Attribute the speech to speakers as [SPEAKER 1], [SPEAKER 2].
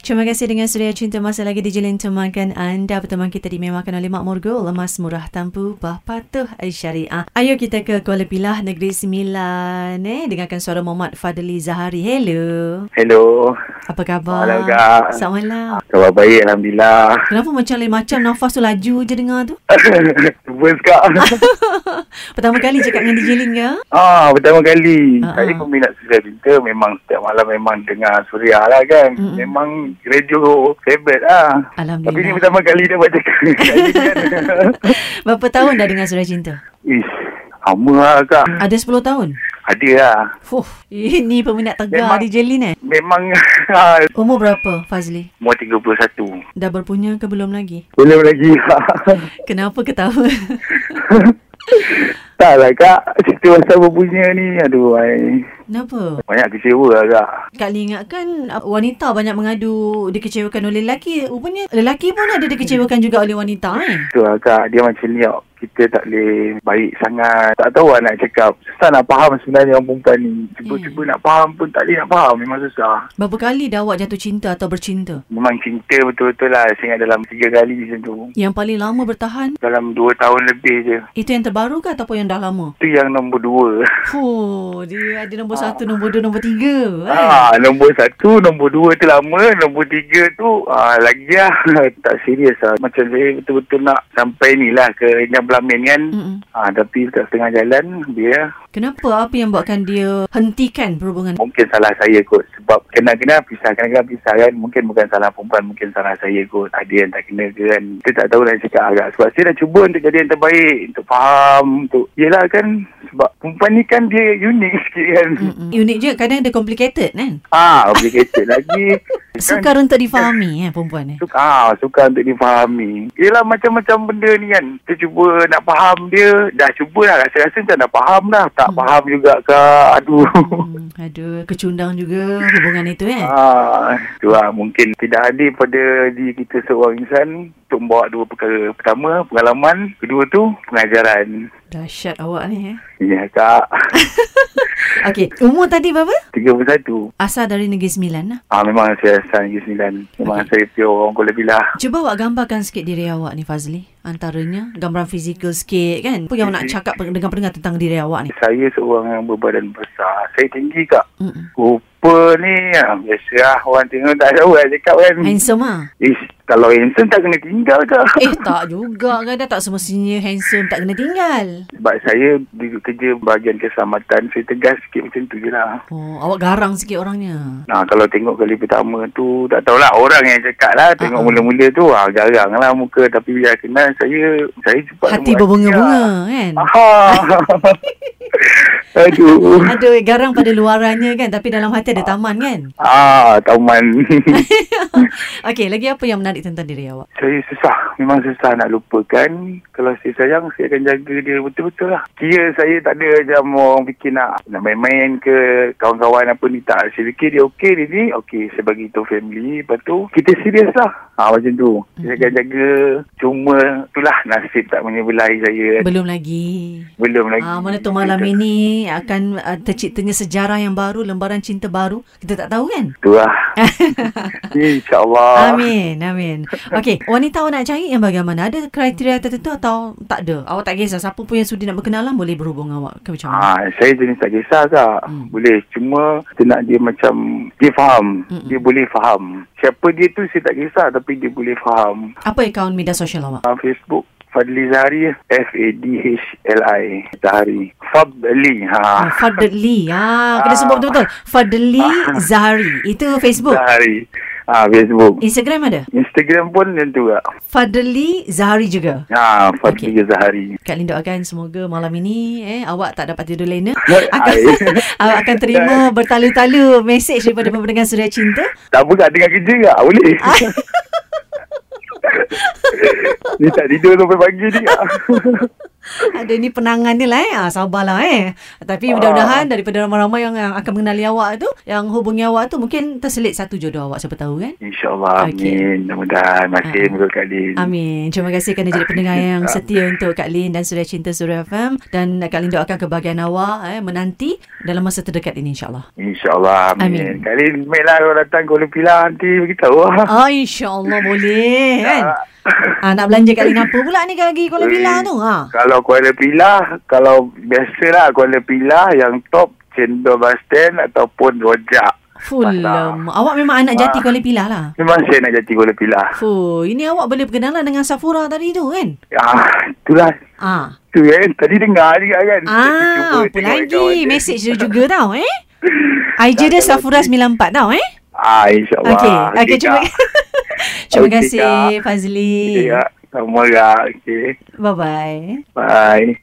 [SPEAKER 1] Terima kasih dengan Surya Cinta masih lagi di Jilin Temankan Anda. Berteman kita dimewakan oleh Mak Murgul, Lemas Murah Tampu, Bah Patuh Syariah. Ayo kita ke Kuala Pilah, Negeri Sembilan. Eh, dengarkan suara Muhammad Fadli Zahari. Hello.
[SPEAKER 2] Hello.
[SPEAKER 1] Apa khabar?
[SPEAKER 2] Malam, Kak.
[SPEAKER 1] Selamat malam.
[SPEAKER 2] Khabar baik Alhamdulillah.
[SPEAKER 1] Kenapa macam lain macam nafas tu laju je dengar tu?
[SPEAKER 2] Nervous Kak.
[SPEAKER 1] Pertama kali cakap dengan DJ Lin ke?
[SPEAKER 2] ah, pertama kali.
[SPEAKER 1] Ah,
[SPEAKER 2] Uh-huh. Saya
[SPEAKER 1] ah.
[SPEAKER 2] peminat Surya Cinta. Memang setiap malam memang dengar Surya lah kan.
[SPEAKER 1] Mm-mm.
[SPEAKER 2] Memang radio favorite lah. Tapi ni
[SPEAKER 1] Alhamdulillah.
[SPEAKER 2] pertama kali dapat cakap dengan Kak Lin kan.
[SPEAKER 1] Berapa tahun dah dengar Surya Cinta?
[SPEAKER 2] Ish, lama lah Kak.
[SPEAKER 1] Ada 10 tahun?
[SPEAKER 2] Ada lah.
[SPEAKER 1] Fuh, ini peminat tegar
[SPEAKER 2] Memang-
[SPEAKER 1] DJ Lin eh.
[SPEAKER 2] Memang ah,
[SPEAKER 1] Umur berapa Fazli?
[SPEAKER 2] umur 31.
[SPEAKER 1] Dah berpunya ke belum lagi?
[SPEAKER 2] Belum lagi Kak.
[SPEAKER 1] Kenapa ketawa?
[SPEAKER 2] tak lah Kak. Cerita pasal berpunya ni. Aduh, ay.
[SPEAKER 1] Kenapa?
[SPEAKER 2] banyak kecewa lah Kak.
[SPEAKER 1] Kak Lee ingatkan uh, wanita banyak mengadu dikecewakan oleh lelaki. Rupanya lelaki pun ada dikecewakan juga oleh wanita eh.
[SPEAKER 2] Betul lah Kak, dia macam ni tau. Kita tak boleh baik sangat. Tak tahu lah nak cakap. Susah nak faham sebenarnya orang perempuan ni. Cuba-cuba nak faham pun tak boleh nak faham. Memang susah.
[SPEAKER 1] Berapa kali dah awak jatuh cinta atau bercinta?
[SPEAKER 2] Memang cinta betul-betul lah. Saya ingat dalam tiga kali macam tu.
[SPEAKER 1] Yang paling lama bertahan,
[SPEAKER 2] Dalam dua tahun lebih je.
[SPEAKER 1] itu yang terbaru ke ataupun yang dah lama?
[SPEAKER 2] Tu yang nombor dua.
[SPEAKER 1] Oh, dia ada nombor satu, nombor dua, nombor tiga. Eh.
[SPEAKER 2] Ah, nombor satu, nombor dua tu lama, nombor tiga tu ah, lagi lah tak serius lah. Macam saya betul-betul nak sampai ni lah ke Renjang Belamin kan.
[SPEAKER 1] Mm-mm.
[SPEAKER 2] Ah, tapi dekat setengah jalan dia
[SPEAKER 1] Kenapa? Apa yang buatkan dia hentikan perhubungan?
[SPEAKER 2] Mungkin salah saya kot Sebab kena-kena pisah Kena-kena pisah kan Mungkin bukan salah perempuan Mungkin salah saya kot Ada yang tak kena ke kan Kita tak tahu nak cakap agak Sebab saya dah cuba untuk jadi yang terbaik Untuk faham Untuk Yelah kan Sebab perempuan ni kan dia unik sikit kan
[SPEAKER 1] Mm-mm. Unik je, kadang dia complicated kan?
[SPEAKER 2] Ah, complicated lagi Kan,
[SPEAKER 1] Sukar untuk difahami eh, perempuan eh.
[SPEAKER 2] Suka, ah, suka untuk difahami. Yelah macam-macam benda ni kan. Kita cuba nak faham dia. Dah cuba dah. Rasa-rasa macam dah faham dah. Tak
[SPEAKER 1] Hmm.
[SPEAKER 2] faham juga ke. Aduh.
[SPEAKER 1] Hmm, aduh, kecundang juga hubungan itu eh.
[SPEAKER 2] Ah, tu lah. Mungkin tidak adil pada diri kita seorang insan untuk membawa dua perkara. Pertama, pengalaman. Kedua tu, pengajaran.
[SPEAKER 1] Dahsyat awak ni eh.
[SPEAKER 2] Ya, Kak.
[SPEAKER 1] Okey, umur tadi berapa?
[SPEAKER 2] 31.
[SPEAKER 1] Asal dari Negeri Sembilan lah.
[SPEAKER 2] Ah, memang saya asal Negeri Sembilan. Memang
[SPEAKER 1] Okey.
[SPEAKER 2] saya pure orang Kuala Bilah.
[SPEAKER 1] Cuba awak gambarkan sikit diri awak ni Fazli. Antaranya gambaran fizikal sikit kan. Apa yang awak nak cakap pe- dengan pendengar tentang diri awak ni?
[SPEAKER 2] Saya seorang yang berbadan besar. Saya tinggi, Kak.
[SPEAKER 1] Mm-mm.
[SPEAKER 2] Rupa ni, ah, biasa lah. Orang tengok tak tahu lah cakap kan.
[SPEAKER 1] Handsome ah.
[SPEAKER 2] Ish, kalau handsome tak kena tinggal, Kak.
[SPEAKER 1] Eh tak juga kadang tak semestinya handsome tak kena tinggal.
[SPEAKER 2] Sebab saya duduk kerja bahagian keselamatan. Saya tegas sikit macam tu je lah.
[SPEAKER 1] Oh, awak garang sikit orangnya.
[SPEAKER 2] Nah, Ha, kalau tengok kali pertama tu, tak tahulah orang yang cakap lah.
[SPEAKER 1] Ah,
[SPEAKER 2] Tengok
[SPEAKER 1] ah.
[SPEAKER 2] mula-mula tu, ah, garang lah muka. Tapi bila kenal, saya, saya cepat.
[SPEAKER 1] Hati
[SPEAKER 2] buat lah.
[SPEAKER 1] berbunga-bunga kan.
[SPEAKER 2] Ah. Aduh.
[SPEAKER 1] Aduh, garang pada luarannya kan tapi dalam hati ada taman kan.
[SPEAKER 2] Ah, taman.
[SPEAKER 1] Okey, lagi apa yang menarik tentang diri awak?
[SPEAKER 2] saya susah. Memang susah nak lupakan. Kalau saya sayang, saya akan jaga dia betul-betul lah. Kira saya tak ada macam orang fikir nak, nak main-main ke kawan-kawan apa ni. Tak, saya fikir dia okey dia ni. Okey, saya bagi tu family. Lepas tu, kita serius lah. Ha, macam tu.
[SPEAKER 1] Mhm.
[SPEAKER 2] Saya akan jaga. Cuma, itulah nasib tak menyebelahi saya.
[SPEAKER 1] Belum lagi.
[SPEAKER 2] Belum lagi.
[SPEAKER 1] Ah, mana tu malam ini akan uh, terciptanya sejarah yang baru, lembaran cinta baru. Kita tak tahu kan?
[SPEAKER 2] Tu lah. InsyaAllah.
[SPEAKER 1] Amin, amin. Okey, wanita awak nak cari yang bagaimana? Ada kriteria tertentu atau tak ada? Awak tak kisah siapa pun yang sudi nak berkenalan boleh berhubung awak ke macam mana?
[SPEAKER 2] Ah, saya jenis tak kisah kak.
[SPEAKER 1] Hmm.
[SPEAKER 2] Hmm. Boleh. Cuma kita nak dia macam dia faham.
[SPEAKER 1] Mm-mm.
[SPEAKER 2] Hmm. Dia boleh faham. Siapa dia tu saya tak kisah tapi dia boleh faham.
[SPEAKER 1] Apa akaun media sosial awak?
[SPEAKER 2] Ah, Facebook Fadli Zahari F-A-D-H-L-I Zahari Fadli
[SPEAKER 1] Ah,
[SPEAKER 2] ha.
[SPEAKER 1] Fadli. Ah, kena sebut betul-betul. Fadli Zahari. Itu Facebook.
[SPEAKER 2] Ah. Zahari ah, Facebook
[SPEAKER 1] Instagram ada?
[SPEAKER 2] Instagram pun macam tu kak
[SPEAKER 1] Fadli Zahari juga.
[SPEAKER 2] ha, Fadli Zahari
[SPEAKER 1] Kak Lin doakan lah kan, semoga malam ini eh awak tak dapat tidur lena. Akan,
[SPEAKER 2] Hai.
[SPEAKER 1] awak akan terima bertalu-talu mesej daripada pendengar Suria Cinta.
[SPEAKER 2] Tak apa kak dengan kerja kak Boleh Dia tak tidur sampai pagi ni kak
[SPEAKER 1] Ada ni penangan dia lah eh. Ah, sabarlah eh. Tapi mudah-mudahan daripada ramai-ramai yang ah, akan mengenali awak tu, yang hubungi awak tu mungkin terselit satu jodoh awak siapa tahu kan.
[SPEAKER 2] InsyaAllah
[SPEAKER 1] Okey.
[SPEAKER 2] amin. Mudah-mudahan masih
[SPEAKER 1] Ah.
[SPEAKER 2] uh. Kak Lin.
[SPEAKER 1] Amin. Terima kasih kerana jadi pendengar yang setia untuk Kak Lin dan Suria Cinta Suria FM. Dan Kak Lin doakan kebahagiaan awak eh, menanti dalam masa terdekat ini insyaAllah.
[SPEAKER 2] InsyaAllah amin.
[SPEAKER 1] Amin.
[SPEAKER 2] Kak Lin, baiklah kalau datang Kuala Pilah nanti beritahu lah.
[SPEAKER 1] Ah, insyaAllah boleh kan.
[SPEAKER 2] Ya.
[SPEAKER 1] Ah, nak belanja Kak Lin apa pula ni kalau pergi Kuala Pilah tu? Ha.
[SPEAKER 2] Kalau Kuala Pilah, kalau biasalah Kuala Pilah yang top cendol basten ataupun rojak.
[SPEAKER 1] Full. Um, awak memang anak jati Kuala Pilah lah.
[SPEAKER 2] Memang saya nak jadi Kuala Pilah.
[SPEAKER 1] Fuh, ini awak boleh berkenalan dengan Safura tadi tu kan?
[SPEAKER 2] Ah, itulah.
[SPEAKER 1] Ah.
[SPEAKER 2] Tu kan, tadi dengar juga kan.
[SPEAKER 1] Ah, apa lagi? Message dia juga tau eh. IG dia
[SPEAKER 2] Tak, kalau
[SPEAKER 1] Safura
[SPEAKER 2] dia-
[SPEAKER 1] 94 tau eh.
[SPEAKER 2] Ah, insyaAllah.
[SPEAKER 1] Okey, okey
[SPEAKER 2] Kak.
[SPEAKER 1] terima Terima
[SPEAKER 2] Okey,
[SPEAKER 1] kasih
[SPEAKER 2] Kak.
[SPEAKER 1] Fazli.
[SPEAKER 2] Ya, sama lah. Okay.
[SPEAKER 1] Bye bye.
[SPEAKER 2] Bye.